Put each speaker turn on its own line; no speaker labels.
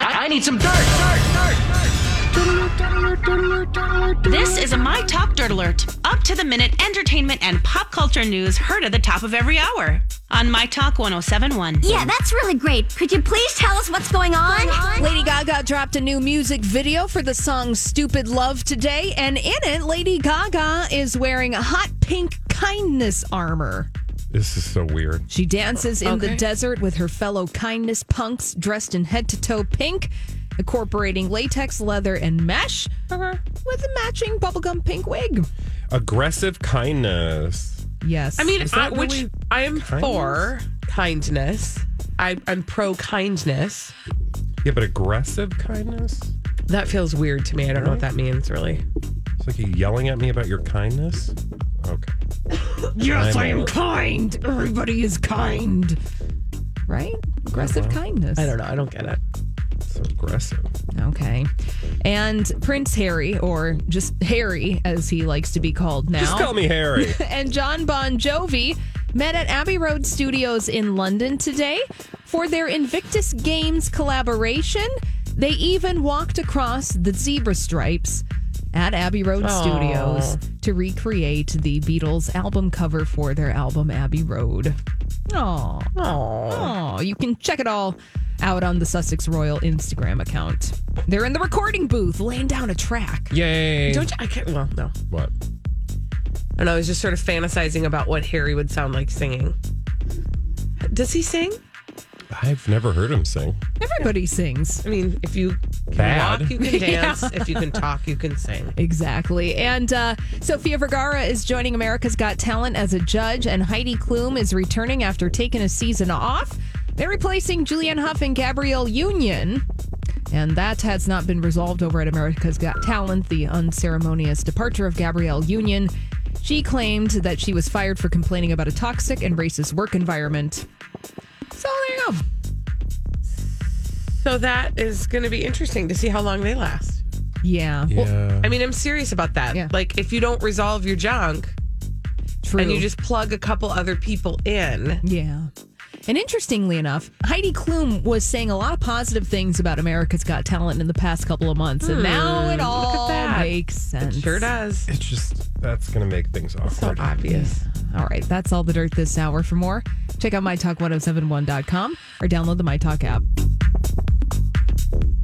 I need some dirt, dirt, dirt.
This is a My Talk Dirt Alert. Up to the minute entertainment and pop culture news heard at the top of every hour on My Talk 1071.
Yeah, that's really great. Could you please tell us what's going on?
Lady Gaga dropped a new music video for the song Stupid Love today, and in it, Lady Gaga is wearing a hot pink kindness armor.
This is so weird.
She dances in the desert with her fellow kindness punks dressed in head to toe pink, incorporating latex leather and mesh with a matching bubblegum pink wig.
Aggressive kindness.
Yes.
I mean,
Is
I,
that
which
really
I am
kindness?
for kindness. I, I'm pro kindness.
Yeah, but aggressive kindness?
That feels weird to me. I don't know what that means, really.
It's like you yelling at me about your kindness? Okay.
yes,
I
I am
know.
kind. Everybody is kind. Right? Aggressive kindness.
I don't know. I don't get it.
So aggressive.
Okay. And Prince Harry, or just Harry as he likes to be called now,
Just call me Harry.
and John Bon Jovi met at Abbey Road Studios in London today for their Invictus Games collaboration. They even walked across the zebra stripes at Abbey Road Studios to recreate the Beatles album cover for their album Abbey Road. Oh, oh, you can check it all out on the Sussex Royal Instagram account. They're in the recording booth laying down a track.
Yay.
Don't you? I can't. Well, no.
what?
And I was just sort of fantasizing about what Harry would sound like singing. Does he sing?
I've never heard him sing.
Everybody sings.
I mean, if you can
Bad.
walk, you can dance. If you can talk, you can sing.
Exactly. And uh, Sophia Vergara is joining America's Got Talent as a judge, and Heidi Klum is returning after taking a season off. They're replacing Julianne Hough and Gabrielle Union. And that has not been resolved over at America's Got Talent, the unceremonious departure of Gabrielle Union. She claimed that she was fired for complaining about a toxic and racist work environment. So there you go.
So that is going to be interesting to see how long they last.
Yeah,
yeah.
I mean, I'm serious about that.
Yeah.
Like, if you don't resolve your junk
true.
and you just plug a couple other people in,
Yeah. And interestingly enough, Heidi Klum was saying a lot of positive things about America's Got Talent in the past couple of months, and now it all
Hmm. that.
makes sense.
sure does.
it's just, that's going to make things
So
awkward.
obvious.
All right, oh that's all the dirt this hour. For more, check out mytalk1071.com or download the MyTalk app.